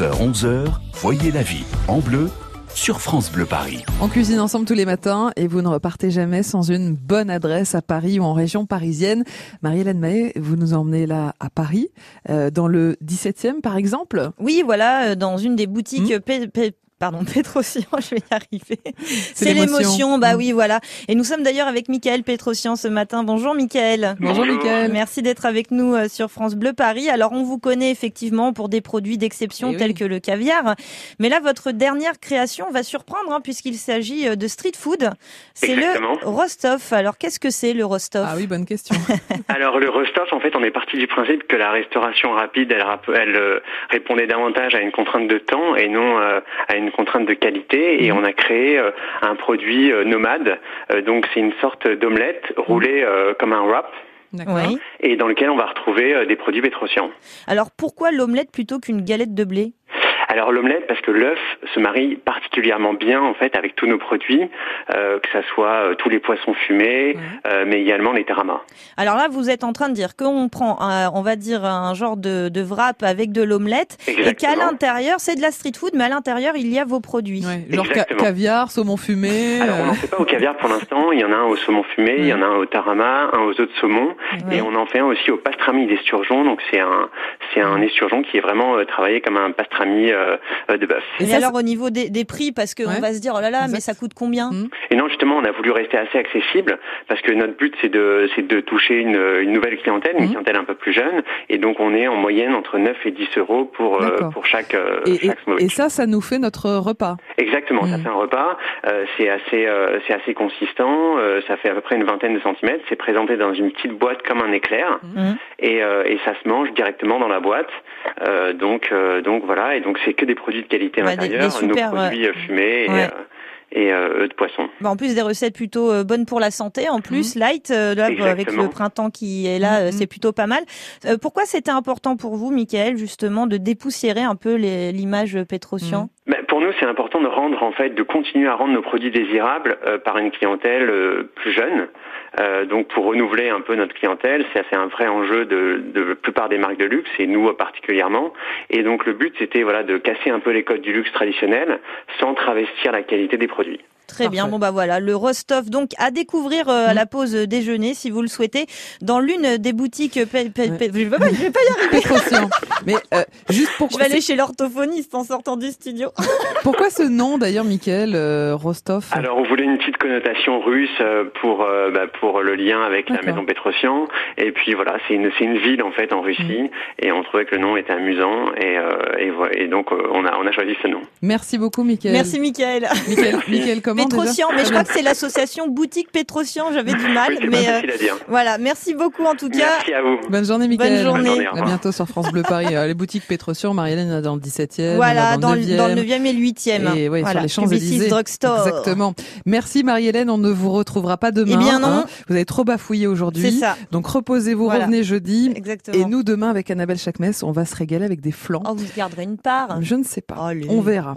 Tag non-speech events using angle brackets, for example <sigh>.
9h-11h, voyez la vie en bleu sur France Bleu Paris. On cuisine ensemble tous les matins et vous ne repartez jamais sans une bonne adresse à Paris ou en région parisienne. Marie-Hélène Mahé, vous nous emmenez là à Paris, euh, dans le 17e par exemple Oui, voilà, euh, dans une des boutiques Mmh. pé- pé- Pardon, <laughs> Pétrosian, je vais y arriver. C'est l'émotion. l'émotion, bah Mm. oui, voilà. Et nous sommes d'ailleurs avec Michael Pétrosian ce matin. Bonjour Michael. Mm. Euh, Bonjour Mickaël. Merci d'être avec nous euh, sur France Bleu Paris. Alors on vous connaît effectivement pour des produits d'exception Eh oui. tels que le caviar, mais là votre dernière création va surprendre hein, puisqu'il s'agit euh, de street food. C'est Exactement. le Rostov. Alors qu'est-ce que c'est le Rostov Ah oui, bonne <laughs> question. Alors le Rostov, en fait, on est parti du principe que la restauration rapide, elle, rap- elle, euh, répondait davantage à une contrainte de temps et non euh, à une contrainte de qualité. Et on a créé euh, un produit euh, nomade. Euh, donc c'est une sorte d'omelette roulée euh, comme un wrap D'accord. Oui. et dans lequel on va retrouver euh, des produits pétrocians. Alors pourquoi l'omelette plutôt qu'une galette de blé Alors l'omelette, parce que l'œuf se marie particulièrement bien en fait avec tous nos produits, euh, que ça soit euh, tous les poissons fumés, Ouais. euh, mais également les taramas. Alors là, vous êtes en train de dire qu'on prend, un- on va dire, un genre de, de wrap avec de l'omelette et qu'à Exactement. l'intérieur, c'est de la street food, mais à l'intérieur, il y a vos produits. Ouais, genre ca- Exactement. caviar, saumon fumé. Alors, on euh, n'en fait pas au caviar pour l'instant. Il y en a un au saumon fumé, il y en a un au tarama, un aux œufs de saumon. Ouais. Et on en fait un aussi au pastrami d'esturgeon. Donc, c'est un, c'est un esturgeon qui est vraiment euh, travaillé comme un pastrami euh, euh, de bœuf. Et Et, ça, alors au niveau des, des prix, parce qu'on Ouais. va se dire, oh là là, mais Exact. ça coûte combien Mm. Et non, justement, on a voulu rester assez accessible parce que notre but, c'est de, c'est de toucher une, une nouvelle clientèle, une Mhm. clientèle un peu plus jeune. Et donc, on est en moyenne entre 9 et 10 euros pour, euh, D'accord. pour chaque, euh, Et, et- chaque sandwich. et ça, ça nous fait notre <laughs> repas. Exactement, ça Mm. fait un repas, euh, c'est assez, euh, c'est assez consistant, euh, ça fait à peu près une vingtaine de centimètres, c'est présenté dans une petite boîte comme un éclair Mm. et, euh, et ça se mange directement dans la boîte. Euh, donc, euh, donc voilà, et donc c'est que des produits de qualité à Ouais, Bah, des- des l'intérieur, nos super, produits euh, fumés et, Ouais. euh, et euh, œufs de poisson. Bah, En plus des recettes plutôt euh, bonnes pour la santé, en plus light, euh, là, Exactement. avec le printemps qui est là, euh, Mm. c'est plutôt pas mal. Euh, pourquoi c'était important pour vous, Michael, justement, de dépoussiérer un peu les- l'image Pétrosian Ben, pour nous, c'est important de rendre, en fait, de continuer à rendre nos produits désirables euh, par une clientèle euh, plus jeune. Euh, donc, pour renouveler un peu notre clientèle, c'est c'est un vrai enjeu de, de la plupart des marques de luxe et nous euh, particulièrement. Et donc, le but, c'était voilà de casser un peu les codes du luxe traditionnel sans travestir la qualité des produits. Très bien. Parfait. Mm. Bon bah voilà, le Rostov donc à découvrir euh, à la pause déjeuner si vous le souhaitez dans l'une des boutiques. euh, pe- pe- Ouais. pe- Je vais pas- je vais pas y arriver. Pétrosian. Mais euh, juste pour, Je vais aller chez l'orthophoniste en sortant du studio. pourquoi ce nom d'ailleurs, Michael euh, Rostov Alors, on voulait une petite connotation russe euh, pour euh, bah, pour le lien avec la D'accord. maison Petrosian. Et puis voilà, c'est une c'est une ville en fait en Russie et on trouvait que le nom était amusant et euh, et, voilà. et donc euh, on a on a choisi ce nom. Merci beaucoup, <laughs> Michael. Merci Michael. Michael, Michael, comment déjà Pétrosian, mais je crois que c'est l'association boutique Pétrosian. J'avais du mal, <laughs> Oui, c'est pas mais euh, facile à dire. voilà. Merci beaucoup en tout cas. Merci à vous. Bonne journée, Michael. Bonne journée. Bonne journée, au À revoir. bientôt sur France Bleu Paris. Euh, Les boutiques Pétrosian, Marie-Hélène il y en a dans le 17e. il y en Voilà, a dans dans le le 9e. dans le 9e et le 8e. Et ouais, sur Voilà, les Champs-Élysées. Publicis Drugstore. Exactement. Merci Marie-Hélène, on ne vous retrouvera pas demain. Hein. Eh bien non. Vous avez trop bafouillé C'est aujourd'hui. ça, Donc reposez-vous, Voilà. revenez jeudi. exactement. Et nous, demain, avec Annabelle Chakmes, on va se régaler avec des flancs. Oh, vous garderez une part. Je ne sais pas. Allez. On verra.